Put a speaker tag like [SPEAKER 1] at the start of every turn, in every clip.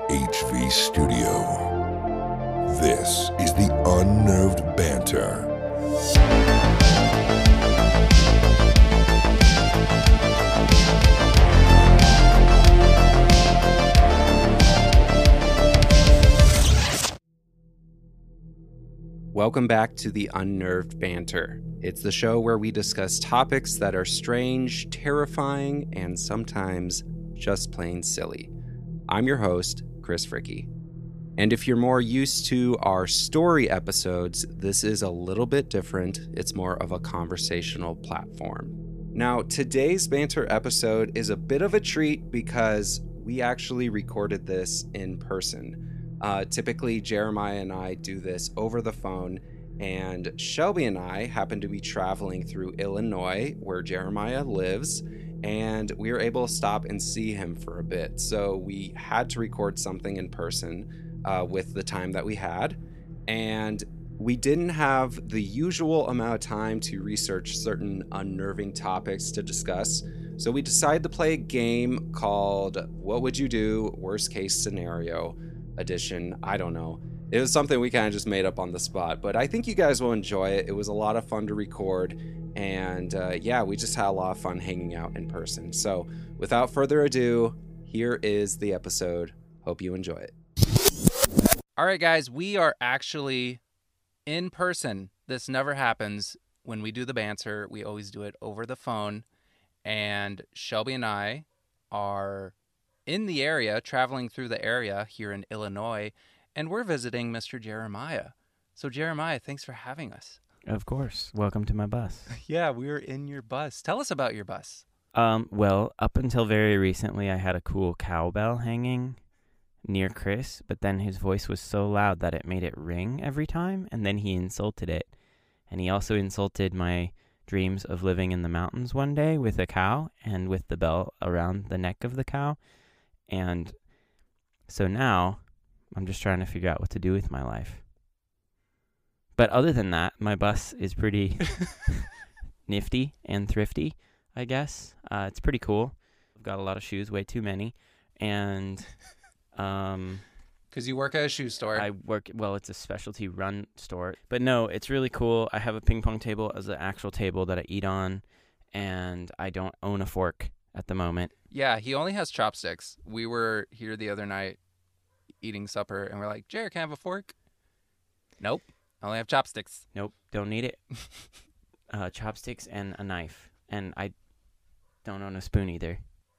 [SPEAKER 1] Comedy Studio. This is the Unnerved Banter.
[SPEAKER 2] Welcome back to the Unnerved Banter. It's the show where we discuss topics that are strange, terrifying, and sometimes just plain silly. I'm your host, Chris Fricky. And if you're more used to our story episodes, this is a little bit different. It's more of a conversational platform. Now, today's banter episode is a bit of a treat because we actually recorded this in person. Uh, typically, Jeremiah and I do this over the phone, and Shelby and I happen to be traveling through Illinois, where Jeremiah lives, and we were able to stop and see him for a bit. So we had to record something in person uh, with the time that we had, and we didn't have the usual amount of time to research certain unnerving topics to discuss, so we decided to play a game called What Would You Do? Worst Case Scenario Edition. I don't know. It was something we kind of just made up on the spot, but I think you guys will enjoy it. It was a lot of fun to record, and uh, yeah, we just had a lot of fun hanging out in person. So without further ado, here is the episode. Hope you enjoy it.
[SPEAKER 3] All right, guys, we are actually in person. This never happens when we do the banter. We always do it over the phone. And Shelby and I are in the area, traveling through the area here in Illinois, and we're visiting Mr. Jeremiah. So, Jeremiah, thanks for having us.
[SPEAKER 4] Of course. Welcome to my bus.
[SPEAKER 3] Yeah, we are in your bus. Tell us about your bus.
[SPEAKER 4] Um, well, up until very recently, I had a cool cowbell hanging near Chris, but then his voice was so loud that it made it ring every time, and then he insulted it. And he also insulted my dreams of living in the mountains one day with a cow and with the bell around the neck of the cow. And so now I'm just trying to figure out what to do with my life. But other than that, my bus is pretty nifty and thrifty, I guess. Uh, it's pretty cool. I've got a lot of shoes, way too many. And um,
[SPEAKER 3] Because you work at a shoe store.
[SPEAKER 4] I work, well, it's a specialty run store. But no, it's really cool. I have a ping pong table as an actual table that I eat on, and I don't own a fork at the moment.
[SPEAKER 3] Yeah, he only has chopsticks. We were here the other night eating supper, and we're like, Jared, can I have a fork? Nope. I only have chopsticks.
[SPEAKER 4] Nope, don't need it. uh, chopsticks and a knife. And I don't own a spoon either.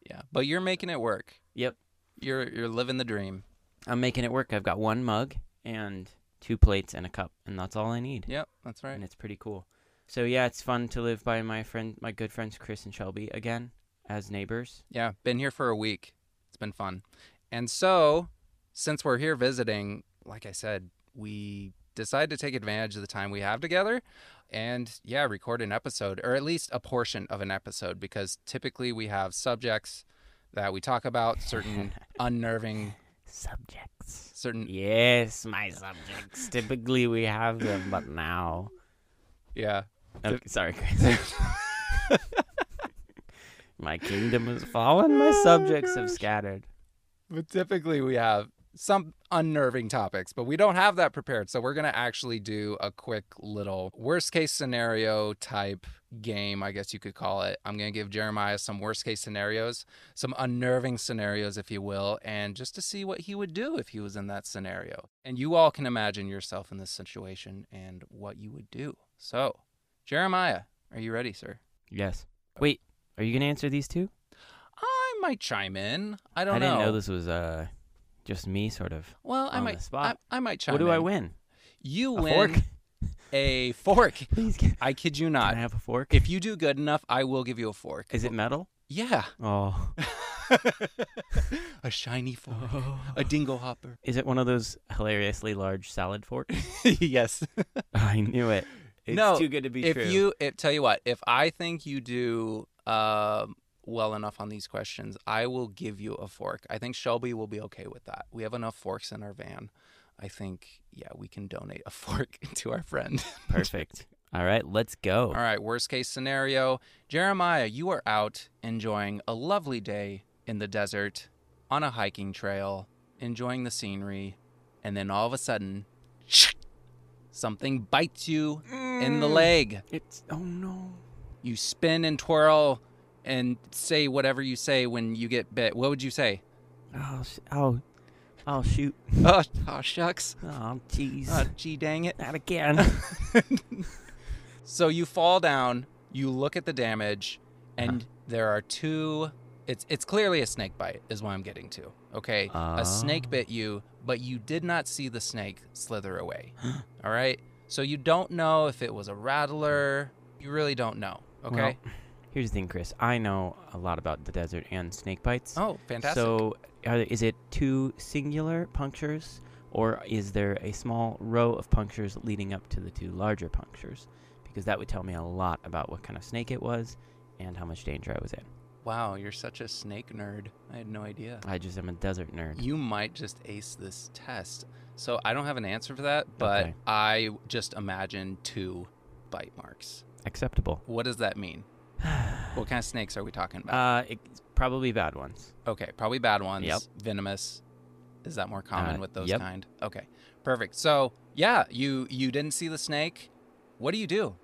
[SPEAKER 3] Yeah. But you're making it work.
[SPEAKER 4] Yep.
[SPEAKER 3] You're you're living the dream.
[SPEAKER 4] I'm making it work. I've got one mug and two plates and a cup, and that's all I need.
[SPEAKER 3] Yep, that's right.
[SPEAKER 4] And it's pretty cool. So yeah, it's fun to live by my friend, my good friends Chris and Shelby again as neighbors.
[SPEAKER 3] Yeah, been here for a week. It's been fun. And so, since we're here visiting, like I said, we decided to take advantage of the time we have together and yeah, record an episode or at least a portion of an episode because typically we have subjects that we talk about, certain unnerving,
[SPEAKER 4] Subjects.
[SPEAKER 3] certain
[SPEAKER 4] Yes, my subjects. Typically we have them, but now.
[SPEAKER 3] yeah,
[SPEAKER 4] Okay, sorry, Chris. my kingdom has fallen. My subjects have scattered.
[SPEAKER 3] But typically we have some unnerving topics, but we don't have that prepared. So we're going to actually do a quick little worst case scenario type game, I guess you could call it. I'm going to give Jeremiah some worst case scenarios, some unnerving scenarios, if you will, and just to see what he would do if he was in that scenario. And you all can imagine yourself in this situation and what you would do. So, Jeremiah, are you ready, sir?
[SPEAKER 4] Yes. Wait, are you gonna answer these two?
[SPEAKER 3] I might chime in. I don't
[SPEAKER 4] didn't know. this was uh, just me sort of.
[SPEAKER 3] Well, I
[SPEAKER 4] on
[SPEAKER 3] might.
[SPEAKER 4] the spot.
[SPEAKER 3] I, I might chime
[SPEAKER 4] what do
[SPEAKER 3] in.
[SPEAKER 4] I win?
[SPEAKER 3] You
[SPEAKER 4] A
[SPEAKER 3] win
[SPEAKER 4] fork?
[SPEAKER 3] a fork.
[SPEAKER 4] Please, can,
[SPEAKER 3] I kid you
[SPEAKER 4] can I
[SPEAKER 3] not.
[SPEAKER 4] have a fork?
[SPEAKER 3] If you do good enough, I will give you a fork.
[SPEAKER 4] Is it metal?
[SPEAKER 3] Yeah.
[SPEAKER 4] Oh.
[SPEAKER 3] a shiny fork. A dingle hopper.
[SPEAKER 4] Is it one of those hilariously large salad forks?
[SPEAKER 3] yes.
[SPEAKER 4] I knew it. It's
[SPEAKER 3] No,
[SPEAKER 4] too good to be
[SPEAKER 3] if
[SPEAKER 4] true.
[SPEAKER 3] you if, tell you what, if I think you do um, well enough on these questions, I will give you a fork. I think Shelby will be okay with that. We have enough forks in our van. I think yeah, we can donate a fork to our friend.
[SPEAKER 4] Perfect. All right, let's go.
[SPEAKER 3] All right, worst case scenario. Jeremiah, you are out enjoying a lovely day in the desert on a hiking trail enjoying the scenery, and then all of a sudden, something bites you in the leg.
[SPEAKER 4] It's oh no.
[SPEAKER 3] You spin and twirl and say whatever you say when you get bit. What would you say?
[SPEAKER 4] Oh, sh- oh, oh shoot.
[SPEAKER 3] Oh, oh shucks.
[SPEAKER 4] Oh jeez.
[SPEAKER 3] Oh, gee dang it.
[SPEAKER 4] Not again.
[SPEAKER 3] So you fall down, you look at the damage, and
[SPEAKER 4] Uh-huh.
[SPEAKER 3] there are two it's it's clearly a snake bite is what I'm getting to. Okay?
[SPEAKER 4] Ah.
[SPEAKER 3] A snake bit you, but you did not see the snake slither away. All right? So you don't know if it was a rattler. You really don't know, okay?
[SPEAKER 4] Well, here's the thing, Chris. I know a lot about the desert and snake bites.
[SPEAKER 3] oh, fantastic.
[SPEAKER 4] So, are, is it two singular punctures, or is there a small row of punctures leading up to the two larger punctures? Because that would tell me a lot about what kind of snake it was and how much danger I was in.
[SPEAKER 3] wow, you're such a snake nerd. I had no idea.
[SPEAKER 4] I just am a desert nerd.
[SPEAKER 3] You might just ace this test. So I don't have an answer for that, but
[SPEAKER 4] Okay.
[SPEAKER 3] I just imagine two bite marks.
[SPEAKER 4] Acceptable.
[SPEAKER 3] What does that mean? What kind of snakes are we talking about?
[SPEAKER 4] Uh, it's probably bad ones.
[SPEAKER 3] okay, probably bad ones.
[SPEAKER 4] Yep.
[SPEAKER 3] Venomous. Is that more common
[SPEAKER 4] Uh,
[SPEAKER 3] with those
[SPEAKER 4] yep.
[SPEAKER 3] kind? Okay, perfect. So yeah, you you didn't see the snake. What do you do?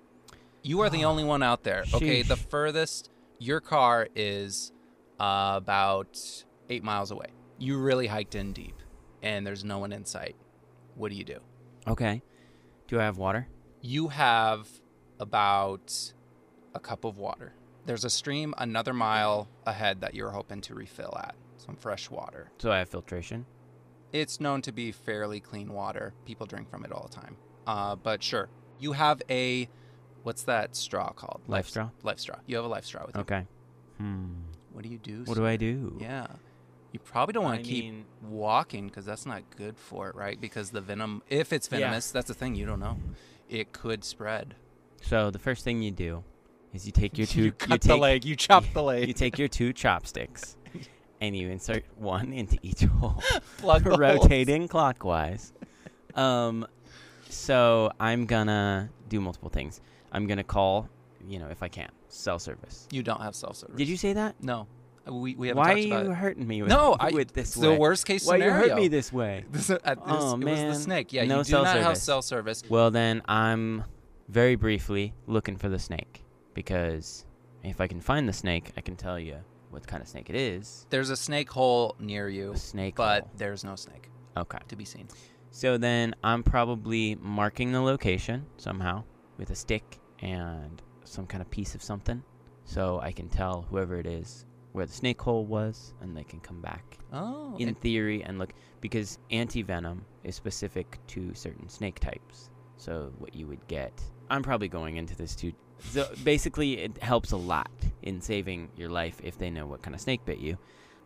[SPEAKER 3] You are the only one out there. Okay, the
[SPEAKER 4] Sheesh.
[SPEAKER 3] furthest your car is uh, about eight miles away. You really hiked in deep, and there's no one in sight. What do you do?
[SPEAKER 4] Okay. Do I have water?
[SPEAKER 3] you have about a cup of water. There's a stream another mile ahead that you're hoping to refill at some fresh water.
[SPEAKER 4] So I have filtration.
[SPEAKER 3] It's known to be fairly clean water. People drink from it all the time. Uh, but sure, you have a what's that straw called?
[SPEAKER 4] Life straw?
[SPEAKER 3] Life straw. You have a life straw with you.
[SPEAKER 4] Okay. Hmm.
[SPEAKER 3] What do you do?
[SPEAKER 4] What do I do?
[SPEAKER 3] Yeah. You probably don't want
[SPEAKER 4] I
[SPEAKER 3] to keep
[SPEAKER 4] mean-
[SPEAKER 3] walking because that's not good for it, right? Because the venom, if it's
[SPEAKER 4] Yeah.
[SPEAKER 3] venomous, that's the thing. You don't know. It could spread.
[SPEAKER 4] So the first thing you do is you take your two.
[SPEAKER 3] you cut the
[SPEAKER 4] take-
[SPEAKER 3] leg. You chop the leg.
[SPEAKER 4] You take your two chopsticks, and you insert one into each hole,
[SPEAKER 3] plug the
[SPEAKER 4] rotating clockwise. Um, so I'm gonna do multiple things. I'm gonna call, you know, if I can, cell service.
[SPEAKER 3] You don't have self service.
[SPEAKER 4] Did you say that?
[SPEAKER 3] No, Uh, we we haven't
[SPEAKER 4] Why are
[SPEAKER 3] talked
[SPEAKER 4] you
[SPEAKER 3] about. it.
[SPEAKER 4] hurting me with,
[SPEAKER 3] no, I
[SPEAKER 4] with this
[SPEAKER 3] it's the
[SPEAKER 4] way?
[SPEAKER 3] worst case
[SPEAKER 4] Why
[SPEAKER 3] scenario.
[SPEAKER 4] you hurt me this way?
[SPEAKER 3] This- at this-
[SPEAKER 4] Oh,
[SPEAKER 3] it was
[SPEAKER 4] man.
[SPEAKER 3] the snake. Yeah,
[SPEAKER 4] No
[SPEAKER 3] you do
[SPEAKER 4] cell
[SPEAKER 3] not have
[SPEAKER 4] service.
[SPEAKER 3] cell service.
[SPEAKER 4] Well, then I'm very briefly looking for the snake because if I can find the snake, I can tell you what kind of snake it is.
[SPEAKER 3] There's a snake hole near you,
[SPEAKER 4] A snake
[SPEAKER 3] but
[SPEAKER 4] hole.
[SPEAKER 3] there's no snake
[SPEAKER 4] Okay.
[SPEAKER 3] to be seen.
[SPEAKER 4] So then I'm probably marking the location somehow with a stick and some kind of piece of something so I can tell whoever it is where the snake hole was and they can come back
[SPEAKER 3] Oh,
[SPEAKER 4] in
[SPEAKER 3] it-
[SPEAKER 4] theory and look because anti-venom is specific to certain snake types. So what you would get I'm probably going into this too so basically it helps a lot in saving your life if they know what kind of snake bit you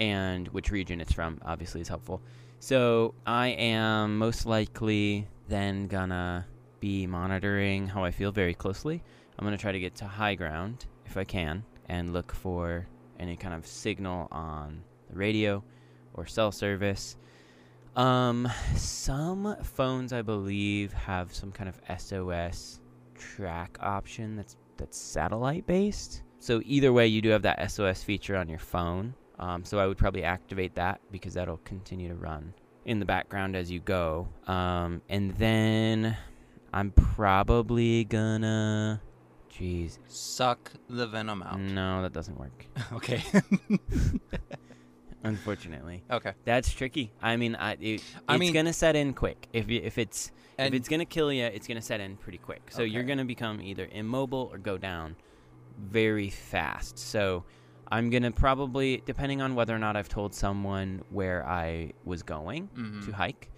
[SPEAKER 4] and which region it's from obviously is helpful. So I am most likely then gonna be monitoring how I feel very closely. I'm gonna try to get to high ground if I can and look for any kind of signal on the radio or cell service. Um, some phones I believe have some kind of SOS track option that's that's satellite based. So either way, you do have that SOS feature on your phone. Um, so I would probably activate that because that'll continue to run in the background as you go. Um, and then I'm probably gonna. Jeez,
[SPEAKER 3] suck the venom out.
[SPEAKER 4] no, that doesn't work.
[SPEAKER 3] Okay,
[SPEAKER 4] Unfortunately,
[SPEAKER 3] okay.
[SPEAKER 4] that's tricky. I mean, I it, it's
[SPEAKER 3] I mean-
[SPEAKER 4] gonna set in quick if y- if it's
[SPEAKER 3] And
[SPEAKER 4] if it's gonna kill you, it's gonna set in pretty quick. So you're
[SPEAKER 3] Okay.
[SPEAKER 4] gonna become either immobile or go down very fast. So I'm gonna probably, depending on whether or not I've told someone where I was going
[SPEAKER 3] mhm,
[SPEAKER 4] to hike,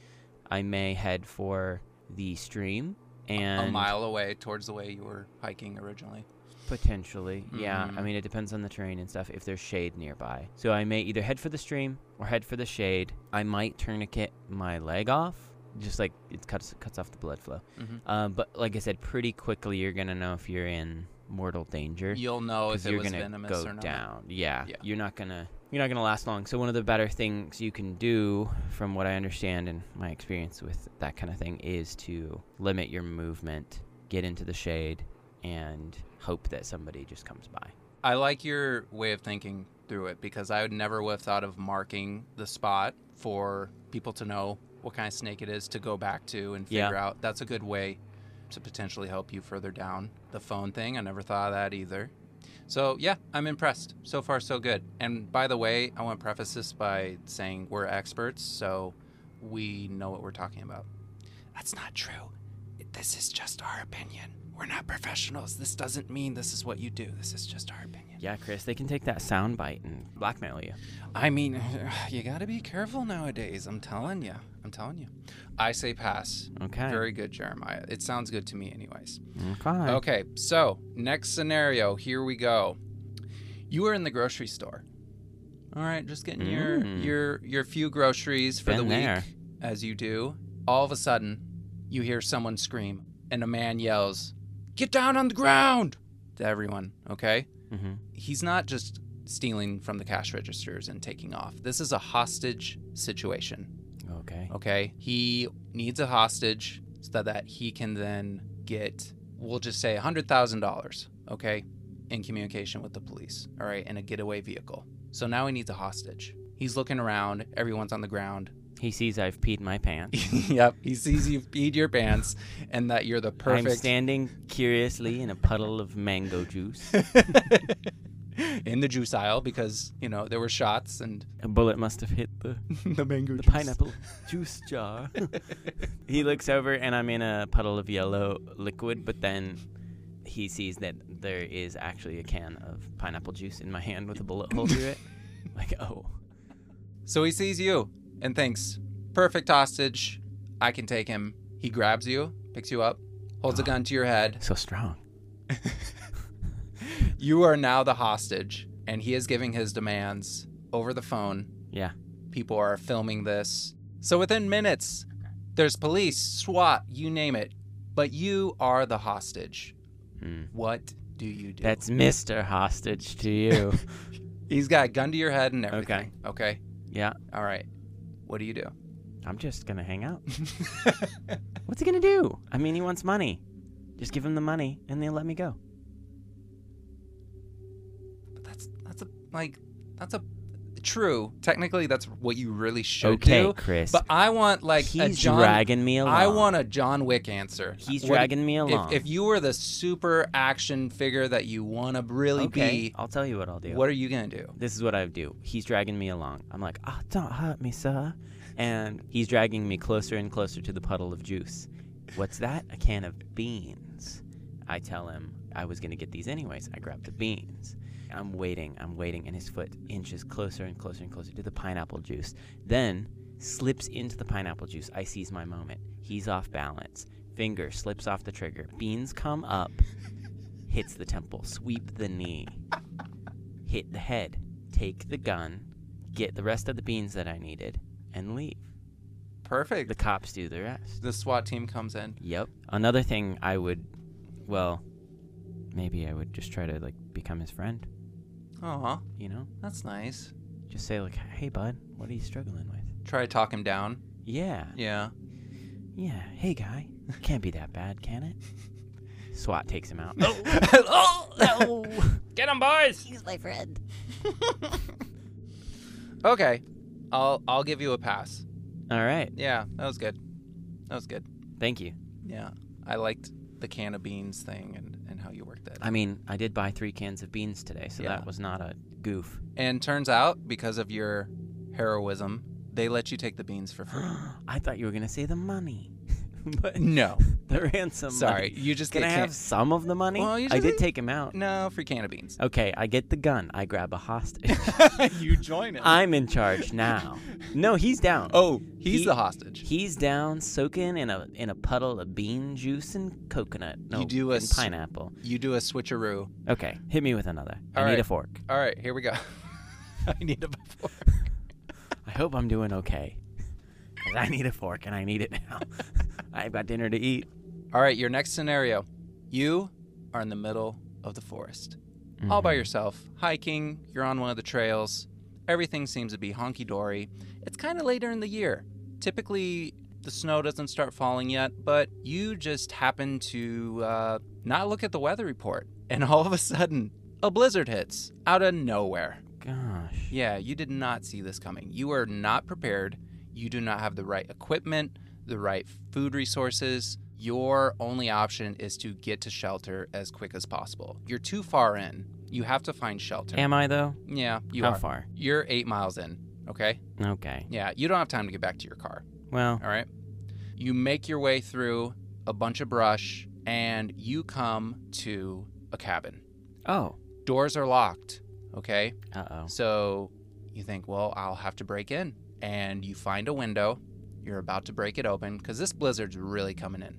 [SPEAKER 4] I may head for the stream and
[SPEAKER 3] a mile away towards the way you were hiking originally.
[SPEAKER 4] potentially. Yeah, I
[SPEAKER 3] Mhm.
[SPEAKER 4] mean it depends on the terrain and stuff. If there's shade nearby, so I may either head for the stream or head for the shade. I might tourniquet my leg off, just like it cuts cuts off the blood flow.
[SPEAKER 3] hmm
[SPEAKER 4] Uh, but like I said, pretty quickly you're gonna know if you're in mortal danger
[SPEAKER 3] You'll know Oh, if
[SPEAKER 4] because
[SPEAKER 3] it
[SPEAKER 4] you're
[SPEAKER 3] was
[SPEAKER 4] gonna
[SPEAKER 3] venomous
[SPEAKER 4] go
[SPEAKER 3] or not.
[SPEAKER 4] down. Yeah.
[SPEAKER 3] Yeah.
[SPEAKER 4] you're not gonna you're not gonna last long. So one of the better things you can do, from what I understand and my experience with that kind of thing, is to limit your movement, get into the shade, and hope that somebody just comes by.
[SPEAKER 3] I like your way of thinking through it because I would never would have thought of marking the spot for people to know what kind of snake it is to go back to and
[SPEAKER 4] Yeah.
[SPEAKER 3] figure out. That's a good way to potentially help you further down the phone thing. I never thought of that either. So yeah, I'm impressed. So far, so good. And by the way, I want to preface this by saying we're experts, so we know what we're talking about. That's not true. This is just our opinion. We're not professionals. This doesn't mean this is what you do. This is just our opinion.
[SPEAKER 4] Yeah, Chris, they can take that sound bite and blackmail you.
[SPEAKER 3] I mean, you gotta be careful nowadays. I'm telling you. I'm telling you. I say pass.
[SPEAKER 4] Okay.
[SPEAKER 3] Very good, Jeremiah. It sounds good to me, anyways.
[SPEAKER 4] okay.
[SPEAKER 3] Okay, so next scenario. Here we go. You are in the grocery store. All right, just getting your
[SPEAKER 4] Mm.
[SPEAKER 3] your your few groceries for the
[SPEAKER 4] Been
[SPEAKER 3] week,
[SPEAKER 4] there.
[SPEAKER 3] as you do. All of a sudden, you hear someone scream, and a man yells, "Get down on the ground!" to everyone. Okay,
[SPEAKER 4] Mm-hmm.
[SPEAKER 3] he's not just stealing from the cash registers and taking off. This is a hostage situation.
[SPEAKER 4] Okay.
[SPEAKER 3] Okay. He needs a hostage so that he can then get, we'll just say $100,000, okay, in communication with the police, all right, in a getaway vehicle. So now he needs a hostage. He's looking around, everyone's on the ground.
[SPEAKER 4] He sees I've peed my pants.
[SPEAKER 3] yep. He sees you feed your pants and that you're the
[SPEAKER 4] I'm
[SPEAKER 3] perfect
[SPEAKER 4] standing curiously in a puddle of mango juice.
[SPEAKER 3] in the juice aisle because, you know, there were shots and
[SPEAKER 4] a bullet must have hit the,
[SPEAKER 3] the mango
[SPEAKER 4] the pineapple juice jar. he looks over and I'm in a puddle of yellow liquid, but then he sees that there is actually a can of pineapple juice in my hand with a bullet hole through it. Like, oh.
[SPEAKER 3] So he sees you and thinks, perfect hostage. I can take him. He grabs you, picks you up, holds a gun to your head.
[SPEAKER 4] So strong.
[SPEAKER 3] You are now the hostage, and he is giving his demands over the phone.
[SPEAKER 4] Yeah.
[SPEAKER 3] People are filming this. So within minutes, there's police, SWAT, you name it, but you are the hostage.
[SPEAKER 4] Hmm.
[SPEAKER 3] What do you do?
[SPEAKER 4] That's Mr. Hostage to you.
[SPEAKER 3] He's got a gun to your head and everything. Okay.
[SPEAKER 4] yeah.
[SPEAKER 3] All right. What do you do?
[SPEAKER 4] I'm just gonna hang out. What's he gonna do? I mean, he wants money. Just give him the money, and they'll let me go.
[SPEAKER 3] But that's that's a like that's a true. Technically, that's what you really should
[SPEAKER 4] okay,
[SPEAKER 3] do.
[SPEAKER 4] Chris.
[SPEAKER 3] But I want like
[SPEAKER 4] he's
[SPEAKER 3] a John.
[SPEAKER 4] dragging me along.
[SPEAKER 3] I want a John Wick answer.
[SPEAKER 4] He's
[SPEAKER 3] What-
[SPEAKER 4] dragging me
[SPEAKER 3] If,
[SPEAKER 4] along.
[SPEAKER 3] if you were the super action figure that you want to really
[SPEAKER 4] okay, I'll tell you what I'll
[SPEAKER 3] be,
[SPEAKER 4] do.
[SPEAKER 3] what are you gonna do?
[SPEAKER 4] This is what I do. He's dragging me along. I'm like, oh, don't hurt me, sir. And he's dragging me closer and closer to the puddle of juice. What's that? A can of beans. I tell him I was going to get these anyways. I grab the beans. I'm waiting, I'm waiting, and his foot inches closer and closer and closer to the pineapple juice. Then slips into the pineapple juice. I seize my moment. He's off balance. Finger slips off the trigger. Beans come up, hits the temple, sweep the knee hit the head, take the gun, get the rest of the beans that I needed, and leave.
[SPEAKER 3] Perfect.
[SPEAKER 4] The cops do the rest.
[SPEAKER 3] The SWAT team comes in.
[SPEAKER 4] Yep. Another thing I would, well, maybe I would just try to like become his friend.
[SPEAKER 3] Oh,
[SPEAKER 4] You know,
[SPEAKER 3] that's nice.
[SPEAKER 4] just say like, "Hey, bud, what are you struggling with?"
[SPEAKER 3] Try to talk him down.
[SPEAKER 4] Yeah.
[SPEAKER 3] Yeah.
[SPEAKER 4] Yeah. Hey, guy, can't be that bad, can it? SWAT takes him out.
[SPEAKER 3] oh
[SPEAKER 4] no!
[SPEAKER 3] Get him, boys.
[SPEAKER 5] He's my friend.
[SPEAKER 3] Okay. I'll I'll give you a pass.
[SPEAKER 4] All right.
[SPEAKER 3] Yeah, that was good. That was good.
[SPEAKER 4] Thank you.
[SPEAKER 3] Yeah, I liked the can of beans thing and, and how you worked that.
[SPEAKER 4] I mean, I did buy three cans of beans today, so
[SPEAKER 3] Yeah.
[SPEAKER 4] that was not a goof.
[SPEAKER 3] And turns out, because of your heroism, they let you take the beans for free.
[SPEAKER 4] I thought you were gonna say the money, but
[SPEAKER 3] no,
[SPEAKER 4] the ransom.
[SPEAKER 3] sorry,
[SPEAKER 4] money.
[SPEAKER 3] you just
[SPEAKER 4] Can
[SPEAKER 3] get
[SPEAKER 4] I
[SPEAKER 3] can-
[SPEAKER 4] have some of the money?
[SPEAKER 3] Well, you
[SPEAKER 4] I
[SPEAKER 3] just
[SPEAKER 4] did
[SPEAKER 3] eat-
[SPEAKER 4] take him out.
[SPEAKER 3] no free can of beans.
[SPEAKER 4] Okay, I get the gun. I grab a hostage.
[SPEAKER 3] you join it.
[SPEAKER 4] I'm in charge now. No, he's down.
[SPEAKER 3] oh, he's
[SPEAKER 4] He-
[SPEAKER 3] the hostage.
[SPEAKER 4] He's down, soaking in a in a puddle of bean juice and coconut. No,
[SPEAKER 3] do a
[SPEAKER 4] and
[SPEAKER 3] s-
[SPEAKER 4] pineapple.
[SPEAKER 3] You do a switcheroo.
[SPEAKER 4] Okay, hit me with another. I
[SPEAKER 3] All
[SPEAKER 4] need a
[SPEAKER 3] right.
[SPEAKER 4] fork.
[SPEAKER 3] All right, here we go. I need a before.
[SPEAKER 4] I hope I'm doing okay. 'Cause I need a fork and I need it now. I've got dinner to eat.
[SPEAKER 3] All right, your next scenario. You are in the middle of the forest.
[SPEAKER 4] Oh
[SPEAKER 3] all by yourself, hiking, you're on one of the trails. Everything seems to be honky dory. It's kind of later in the year. Typically, the snow doesn't start falling yet, but you just happen to uh, not look at the weather report, and all of a sudden, a blizzard hits out of nowhere.
[SPEAKER 4] Mhm. gosh.
[SPEAKER 3] Yeah, you did not see this coming. You are not prepared. You do not have the right equipment, the right food resources. Your only option is to get to shelter as quick as possible. You're too far in. You have to find shelter.
[SPEAKER 4] Am I though?
[SPEAKER 3] yeah, you
[SPEAKER 4] How
[SPEAKER 3] are.
[SPEAKER 4] far?
[SPEAKER 3] You're eight miles in, okay?
[SPEAKER 4] Okay.
[SPEAKER 3] Yeah, you don't have time to get back to your car,
[SPEAKER 4] Well,
[SPEAKER 3] all right? You make your way through a bunch of brush and you come to a cabin.
[SPEAKER 4] oh.
[SPEAKER 3] Doors are locked, okay?
[SPEAKER 4] Uh-oh.
[SPEAKER 3] So you think, well, I'll have to break in. And you find a window. You're about to break it open because this blizzard's really coming in.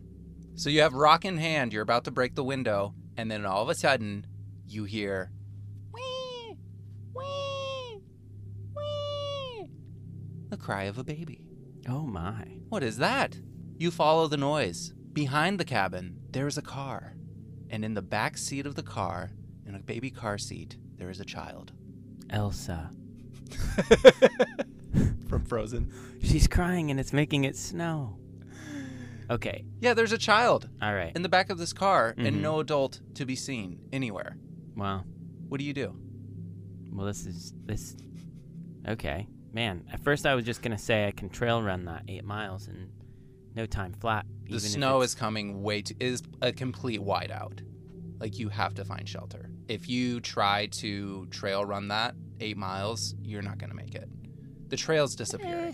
[SPEAKER 3] So you have rock in hand. You're about to break the window. And then all of a sudden, you hear, wee, wee, wee, the cry of a baby.
[SPEAKER 4] Oh my.
[SPEAKER 3] What is that? You follow the noise. Behind the cabin, there is a car. And in the back seat of the car, in a baby car seat, there is a child.
[SPEAKER 4] Elsa.
[SPEAKER 3] From Frozen.
[SPEAKER 4] She's crying and it's making it snow. Okay.
[SPEAKER 3] Yeah, there's a child
[SPEAKER 4] All right.
[SPEAKER 3] in the back of this car
[SPEAKER 4] Mhm.
[SPEAKER 3] and no adult to be seen anywhere.
[SPEAKER 4] Well,
[SPEAKER 3] What do you do?
[SPEAKER 4] well this is this Okay. Man, at first I was just going to say I can trail run that 8 miles in no time flat.
[SPEAKER 3] The
[SPEAKER 4] even if
[SPEAKER 3] snow
[SPEAKER 4] it's-
[SPEAKER 3] is coming way too, is a complete whiteout. Like you have to find shelter. If you try to trail run that 8 miles, you're not going to make it. The trail's disappearing.
[SPEAKER 4] Eh,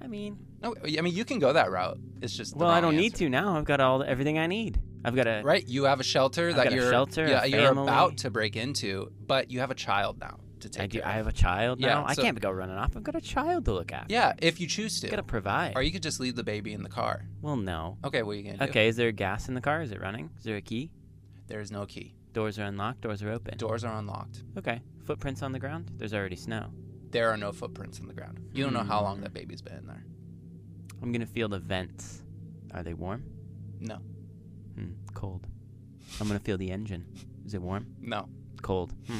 [SPEAKER 4] I mean,
[SPEAKER 3] No, I mean you can go that route. It's just the
[SPEAKER 4] well, I
[SPEAKER 3] wrong
[SPEAKER 4] don't need
[SPEAKER 3] answer.
[SPEAKER 4] to now. I've got all everything I need. I've got a
[SPEAKER 3] Right, you have a shelter
[SPEAKER 4] I've
[SPEAKER 3] that
[SPEAKER 4] got a
[SPEAKER 3] you're
[SPEAKER 4] shelter, a
[SPEAKER 3] yeah, you're
[SPEAKER 4] family.
[SPEAKER 3] about to break into, but you have a child now to take
[SPEAKER 4] I do.
[SPEAKER 3] care
[SPEAKER 4] I
[SPEAKER 3] of.
[SPEAKER 4] have a child
[SPEAKER 3] Yeah,
[SPEAKER 4] now. I
[SPEAKER 3] so-
[SPEAKER 4] can't go running off. I've got a child to look after.
[SPEAKER 3] yeah, if you choose
[SPEAKER 4] I've
[SPEAKER 3] to.
[SPEAKER 4] got to provide.
[SPEAKER 3] Or you could just leave the baby in the car.
[SPEAKER 4] Well, no.
[SPEAKER 3] Okay, what are you gonna do?
[SPEAKER 4] Okay, is there gas in the car? Is it running? Is there a key?
[SPEAKER 3] There is no key.
[SPEAKER 4] Doors are unlocked. Doors are open.
[SPEAKER 3] Doors are unlocked.
[SPEAKER 4] okay. Footprints on the ground. There's already snow.
[SPEAKER 3] There are no footprints on the ground. You don't know how long that baby's been in there.
[SPEAKER 4] I'm gonna feel the vents. Are they warm?
[SPEAKER 3] No,
[SPEAKER 4] Hmm. Cold. I'm gonna feel the engine. Is it warm?
[SPEAKER 3] no.
[SPEAKER 4] Cold. Hmm.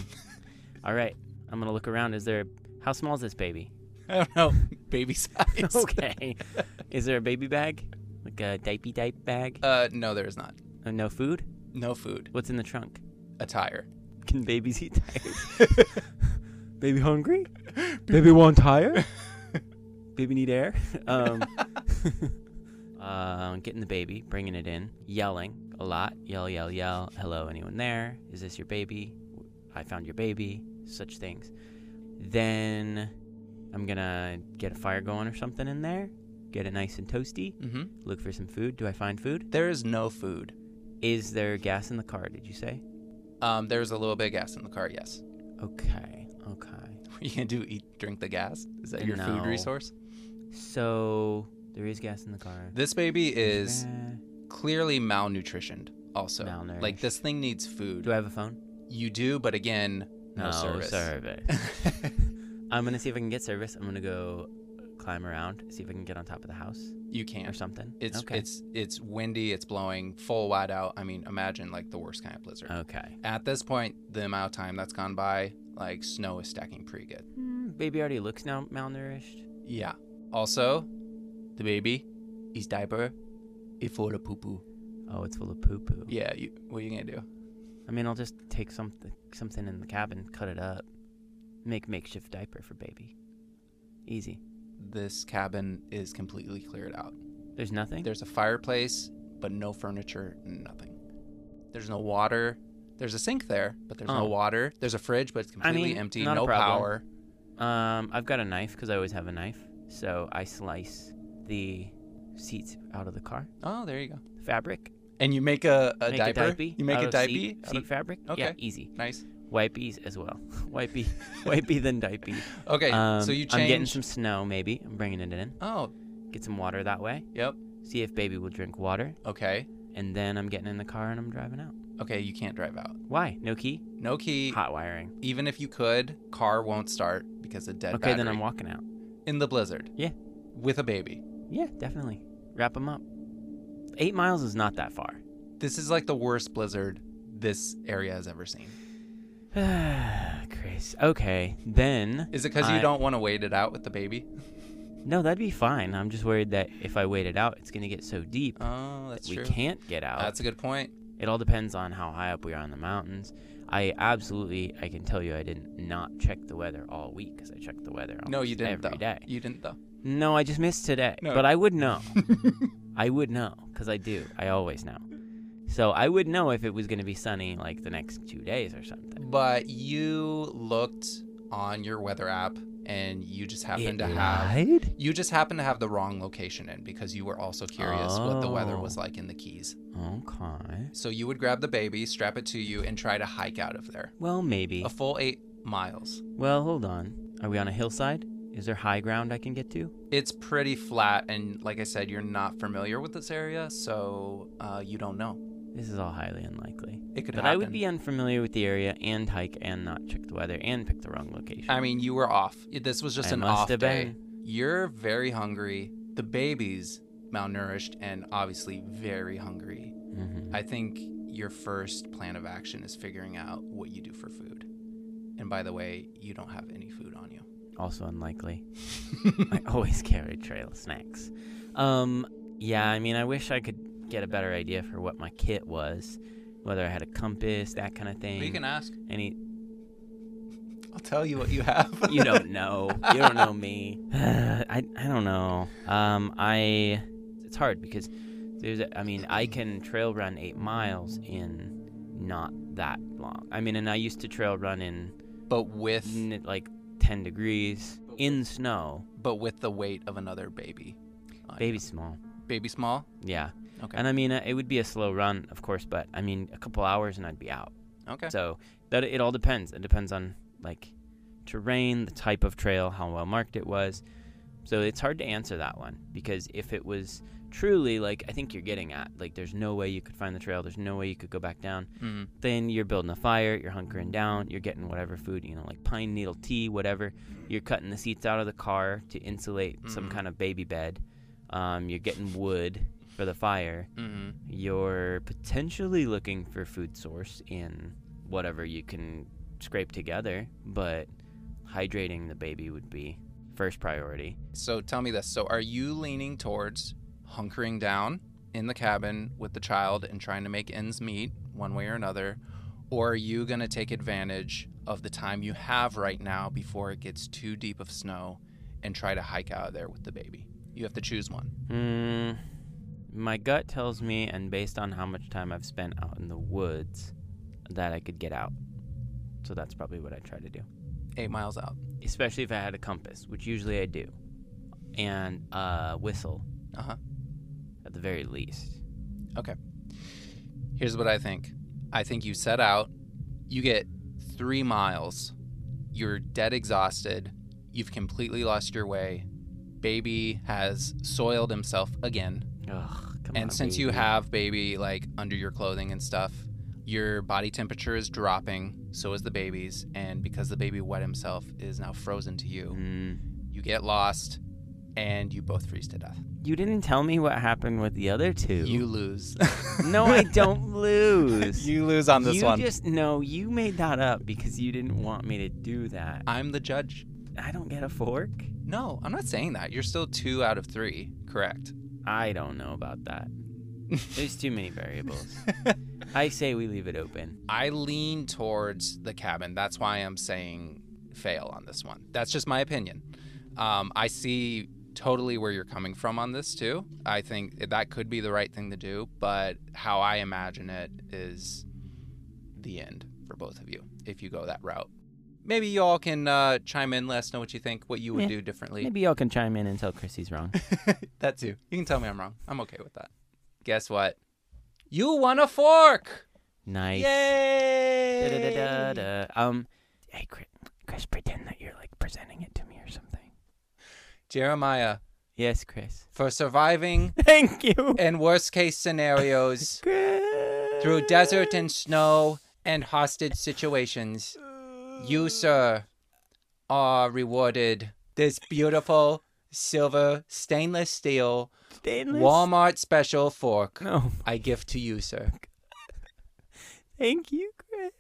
[SPEAKER 4] All right. I'm gonna look around. Is there? How small is this baby?
[SPEAKER 3] I don't know. baby size.
[SPEAKER 4] okay. is there a baby bag? Like a diaper diaper bag?
[SPEAKER 3] Uh, no, there is not.
[SPEAKER 4] Uh, no food.
[SPEAKER 3] No food.
[SPEAKER 4] What's in the trunk?
[SPEAKER 3] A tire.
[SPEAKER 4] Can babies eat tires? Baby hungry? Baby want tire? Baby need air? Um, uh, getting the baby, bringing it in, yelling a lot, yell, yell, yell. Hello, anyone there? Is this your baby? I found your baby. Such things. Then I'm gonna get a fire going or something in there. Get it nice and toasty.
[SPEAKER 3] Mm-hmm.
[SPEAKER 4] Look for some food. Do I find food?
[SPEAKER 3] There is no food.
[SPEAKER 4] Is there gas in the car? Did you say?
[SPEAKER 3] Um, there's a little bit of gas in the car. Yes.
[SPEAKER 4] Okay. Okay.
[SPEAKER 3] What are you gonna do? Eat, drink the gas? Is that your
[SPEAKER 4] No.
[SPEAKER 3] food resource?
[SPEAKER 4] So there is gas in the car.
[SPEAKER 3] This baby is
[SPEAKER 4] Eh,
[SPEAKER 3] clearly malnutritioned. Also, like
[SPEAKER 4] Malnourished.
[SPEAKER 3] this thing needs food.
[SPEAKER 4] Do I have a phone?
[SPEAKER 3] you do, but again, no, service.
[SPEAKER 4] service. I'm gonna see if I can get service. I'm gonna go climb around, see if I can get on top of the house
[SPEAKER 3] you
[SPEAKER 4] or
[SPEAKER 3] can't.
[SPEAKER 4] something.
[SPEAKER 3] It's
[SPEAKER 4] okay.
[SPEAKER 3] it's it's windy. It's blowing full wide out. I mean, imagine like the worst kind of blizzard.
[SPEAKER 4] okay.
[SPEAKER 3] At this point, the amount of time that's gone by, like snow is stacking pretty good.
[SPEAKER 4] Mm, Baby already looks now malnourished.
[SPEAKER 3] Yeah. Also, the baby, his diaper, is full of poo poo.
[SPEAKER 4] Oh, it's full of poo poo.
[SPEAKER 3] Yeah. You, what are you gonna do?
[SPEAKER 4] I mean, I'll just take something something in the cabin, cut it up, make makeshift diaper for baby. Easy.
[SPEAKER 3] This cabin is completely cleared out.
[SPEAKER 4] There's nothing.
[SPEAKER 3] There's a fireplace, but no furniture, nothing. There's no water. There's a sink there, but there's
[SPEAKER 4] Oh.
[SPEAKER 3] no water. There's a fridge, but it's completely
[SPEAKER 4] mean,
[SPEAKER 3] empty.
[SPEAKER 4] not a
[SPEAKER 3] No
[SPEAKER 4] problem.
[SPEAKER 3] power.
[SPEAKER 4] Um, I've got a knife because I always have a knife. So I slice the seats out of the car,
[SPEAKER 3] Oh, there you go.
[SPEAKER 4] fabric.
[SPEAKER 3] And you make a, a
[SPEAKER 4] make
[SPEAKER 3] diaper.
[SPEAKER 4] A diaper
[SPEAKER 3] you make
[SPEAKER 4] out
[SPEAKER 3] a
[SPEAKER 4] of
[SPEAKER 3] diaper.
[SPEAKER 4] Seat,
[SPEAKER 3] out
[SPEAKER 4] seat
[SPEAKER 3] of-
[SPEAKER 4] fabric. Yeah,
[SPEAKER 3] Okay.
[SPEAKER 4] easy.
[SPEAKER 3] nice.
[SPEAKER 4] Wipies as well. Wipey, wipey then dipey.
[SPEAKER 3] Okay,
[SPEAKER 4] Um,
[SPEAKER 3] so you
[SPEAKER 4] I'm getting
[SPEAKER 3] change.
[SPEAKER 4] some snow maybe. I'm bringing it in.
[SPEAKER 3] Oh,
[SPEAKER 4] Get some water that way.
[SPEAKER 3] yep.
[SPEAKER 4] See if baby will drink water,
[SPEAKER 3] Okay.
[SPEAKER 4] and then I'm getting in the car and I'm driving out.
[SPEAKER 3] Okay, you can't drive out.
[SPEAKER 4] Why? No key.
[SPEAKER 3] No key.
[SPEAKER 4] Hot wiring.
[SPEAKER 3] Even if you could, car won't start because of dead
[SPEAKER 4] Okay, then I'm
[SPEAKER 3] battery.
[SPEAKER 4] walking out.
[SPEAKER 3] in the blizzard.
[SPEAKER 4] Yeah.
[SPEAKER 3] With a baby.
[SPEAKER 4] Yeah, definitely. Wrap them up. Eight miles is not that far.
[SPEAKER 3] This is like the worst blizzard this area has ever seen.
[SPEAKER 4] Chris. Okay, then.
[SPEAKER 3] Is it because
[SPEAKER 4] I-
[SPEAKER 3] you don't want to wait it out with the baby?
[SPEAKER 4] No, that'd be fine. I'm just worried that if I wait it out, it's gonna get so deep
[SPEAKER 3] Oh,
[SPEAKER 4] that
[SPEAKER 3] that's
[SPEAKER 4] we
[SPEAKER 3] true.
[SPEAKER 4] can't get out.
[SPEAKER 3] That's a good point.
[SPEAKER 4] It all depends on how high up we are in the mountains. I absolutely, I can tell you, I didn't not check the weather all week because I checked the weather.
[SPEAKER 3] No, you
[SPEAKER 4] almost
[SPEAKER 3] didn't
[SPEAKER 4] every
[SPEAKER 3] though.
[SPEAKER 4] day.
[SPEAKER 3] You didn't though.
[SPEAKER 4] No, I just missed today.
[SPEAKER 3] No.
[SPEAKER 4] But I would know. I would know because I do. I always know. So I would know if it was going to be sunny like the next two days or something.
[SPEAKER 3] But you looked on your weather app and you just happened
[SPEAKER 4] It
[SPEAKER 3] to have
[SPEAKER 4] lied?
[SPEAKER 3] you just happened to have the wrong location in because you were also curious what the weather
[SPEAKER 4] Oh.
[SPEAKER 3] was like in the Keys.
[SPEAKER 4] Okay.
[SPEAKER 3] So you would grab the baby, strap it to you, and try to hike out of there.
[SPEAKER 4] Well, maybe.
[SPEAKER 3] A full eight miles.
[SPEAKER 4] Well, hold on. Are we on a hillside? Is there high ground I can get to?
[SPEAKER 3] It's pretty flat, and like I said, you're not familiar with this area, so uh, you don't know.
[SPEAKER 4] This is all highly unlikely.
[SPEAKER 3] It could
[SPEAKER 4] But
[SPEAKER 3] happen.
[SPEAKER 4] I would be unfamiliar with the area and hike and not check the weather and pick the wrong location.
[SPEAKER 3] I mean, you were off. This was just
[SPEAKER 4] I
[SPEAKER 3] an
[SPEAKER 4] must
[SPEAKER 3] off
[SPEAKER 4] have
[SPEAKER 3] day.
[SPEAKER 4] been.
[SPEAKER 3] You're very hungry. The baby's malnourished and obviously very hungry.
[SPEAKER 4] Mhm.
[SPEAKER 3] I think your first plan of action is figuring out what you do for food. And by the way, you don't have any food on you.
[SPEAKER 4] Also unlikely. I always carry trail snacks. Um, yeah, I mean, I wish I could get a better idea for what my kit was, whether I had a compass, that kind of
[SPEAKER 3] But
[SPEAKER 4] thing.
[SPEAKER 3] you can ask.
[SPEAKER 4] Any,
[SPEAKER 3] I'll tell you what you have.
[SPEAKER 4] you don't know. you don't know me. I I don't know. Um, I it's hard because there's a, I mean I can trail run eight miles in not that long. I mean, and I used to trail run in
[SPEAKER 3] but with
[SPEAKER 4] n- like ten degrees in snow.
[SPEAKER 3] but with the weight of another baby. on you.
[SPEAKER 4] Baby small.
[SPEAKER 3] baby small.
[SPEAKER 4] Yeah.
[SPEAKER 3] Okay.
[SPEAKER 4] And I mean, uh, it would be a slow run, of course, but I mean, a couple hours and I'd be out.
[SPEAKER 3] okay.
[SPEAKER 4] So that it all depends. It depends on like terrain, the type of trail, how well marked it was. So it's hard to answer that one because if it was truly like I think you're getting at, like there's no way you could find the trail, there's no way you could go back down,
[SPEAKER 3] Mhm.
[SPEAKER 4] then you're building a fire, you're hunkering down, you're getting whatever food, you know, like pine needle tea, whatever. You're cutting the seats out of the car to insulate some
[SPEAKER 3] Mhm.
[SPEAKER 4] kind of baby bed. Um, you're getting wood for the fire
[SPEAKER 3] Mhm.
[SPEAKER 4] you're potentially looking for food source in whatever you can scrape together, but hydrating the baby would be first priority.
[SPEAKER 3] So tell me this. So are you leaning towards hunkering down in the cabin with the child and trying to make ends meet one way or another? Or are you going to take advantage of the time you have right now before it gets too deep of snow and try to hike out of there with the baby? You have to choose one.
[SPEAKER 4] Mm, my gut tells me, and based on how much time I've spent out in the woods, that I could get out. So that's probably what I try to do,
[SPEAKER 3] Eight miles out.
[SPEAKER 4] especially if I had a compass, which usually I do, and a whistle
[SPEAKER 3] Uh huh.
[SPEAKER 4] at the very least.
[SPEAKER 3] Here's what I think I think you set out, you get three miles, you're dead exhausted, you've completely lost your way. Baby has soiled himself again.
[SPEAKER 4] Ugh, come
[SPEAKER 3] and
[SPEAKER 4] on,
[SPEAKER 3] since you
[SPEAKER 4] baby.
[SPEAKER 3] have baby like under your clothing and stuff, your body temperature is dropping, so is the baby's. And because the baby wet himself is now frozen to you,
[SPEAKER 4] Mm.
[SPEAKER 3] you get lost and you both freeze to death.
[SPEAKER 4] You didn't tell me what happened with the other two.
[SPEAKER 3] You lose.
[SPEAKER 4] no, I don't lose.
[SPEAKER 3] you lose on this
[SPEAKER 4] You
[SPEAKER 3] one.
[SPEAKER 4] just no. You made that up because you didn't want me to do that.
[SPEAKER 3] I'm the judge.
[SPEAKER 4] I don't get a fork.
[SPEAKER 3] No, I'm not saying that. You're still two out of three, correct?
[SPEAKER 4] I don't know about that. There's too many variables. I say we leave it open.
[SPEAKER 3] I lean towards the cabin. That's why I'm saying fail on this one. That's just my opinion. Um, I see totally where you're coming from on this too. I think that could be the right thing to do, but how I imagine it is the end for both of you if you go that route. Maybe you all can uh, chime in. Let us know what you think, what you would
[SPEAKER 4] Yeah.
[SPEAKER 3] do differently.
[SPEAKER 4] Maybe y'all can chime in and tell Chrissy's wrong.
[SPEAKER 3] That too. You can tell me I'm wrong. I'm okay with that. Guess what? You won a fork!
[SPEAKER 4] Nice.
[SPEAKER 3] Yay!
[SPEAKER 4] Da-da-da-da-da. Um, hey, Chris, Chris, pretend that you're like presenting it to me or something.
[SPEAKER 3] Jeremiah,
[SPEAKER 4] Yes, Chris.
[SPEAKER 3] for surviving
[SPEAKER 4] Thank you,
[SPEAKER 3] and worst case scenarios
[SPEAKER 4] Chris.
[SPEAKER 3] through desert and snow and hostage situations, you, sir, are rewarded this beautiful silver stainless steel
[SPEAKER 4] Stainless.
[SPEAKER 3] Walmart special fork.
[SPEAKER 4] No.
[SPEAKER 3] I give to you, sir.
[SPEAKER 4] Thank you, Chris.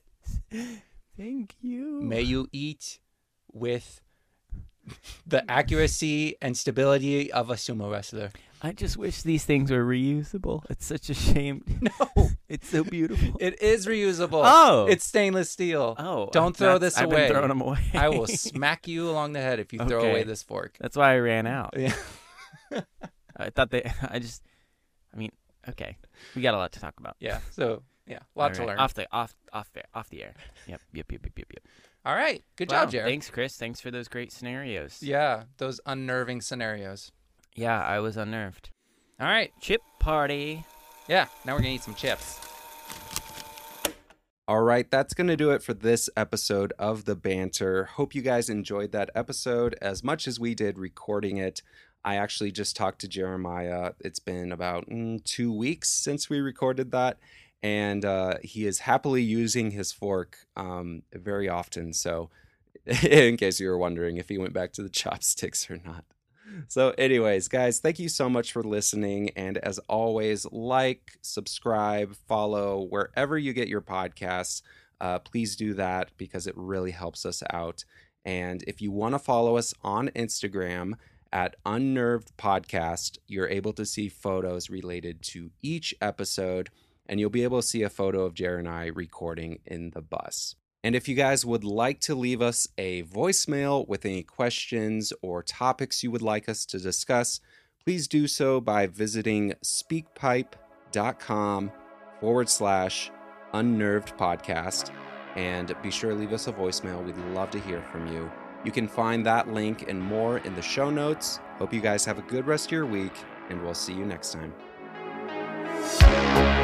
[SPEAKER 4] Thank you.
[SPEAKER 3] May you eat with the accuracy and stability of a sumo wrestler.
[SPEAKER 4] I just wish these things were reusable. It's such a shame.
[SPEAKER 3] No,
[SPEAKER 4] It's so beautiful.
[SPEAKER 3] it is reusable.
[SPEAKER 4] oh,
[SPEAKER 3] It's stainless steel.
[SPEAKER 4] oh.
[SPEAKER 3] Don't throw
[SPEAKER 4] that's-
[SPEAKER 3] this
[SPEAKER 4] I've
[SPEAKER 3] away.
[SPEAKER 4] Been throwing 'em away.
[SPEAKER 3] I will smack you along the head if you throw
[SPEAKER 4] Okay.
[SPEAKER 3] away this fork.
[SPEAKER 4] That's why I ran out.
[SPEAKER 3] Yeah.
[SPEAKER 4] I thought they. I just. I mean, okay. We got a lot to talk about.
[SPEAKER 3] Yeah. So, yeah, a lot
[SPEAKER 4] All
[SPEAKER 3] to
[SPEAKER 4] right.
[SPEAKER 3] learn.
[SPEAKER 4] Off the off off the off the air. Yep. Yep. Yep. Yep. Yep. Yep.
[SPEAKER 3] All right. Good
[SPEAKER 4] Wow,
[SPEAKER 3] job, Jared.
[SPEAKER 4] Thanks, Chris. Thanks for those great scenarios.
[SPEAKER 3] Yeah, those unnerving scenarios.
[SPEAKER 4] Yeah, I was unnerved.
[SPEAKER 3] All right.
[SPEAKER 4] Chip party.
[SPEAKER 3] Yeah, now we're going to eat some chips.
[SPEAKER 2] All right, that's going to do it for this episode of The Banter. Hope you guys enjoyed that episode as much as we did recording it. I actually just talked to Jeremiah. It's been about mm, two weeks since we recorded that, and uh, he is happily using his fork um, very often. So, in case you were wondering if he went back to the chopsticks or not. So, anyways, guys, thank you so much for listening. And as always, like, subscribe, follow wherever you get your podcasts. Uh, please do that because it really helps us out. And if you want to follow us on Instagram at Unnerved Podcast, you're able to see photos related to each episode. And you'll be able to see a photo of Jer and I recording in the bus. And if you guys would like to leave us a voicemail with any questions or topics you would like us to discuss, please do so by visiting speakpipe.com forward slash unnerved podcast. And be sure to leave us a voicemail. We'd love to hear from you. You can find that link and more in the show notes. Hope you guys have a good rest of your week, and we'll see you next time.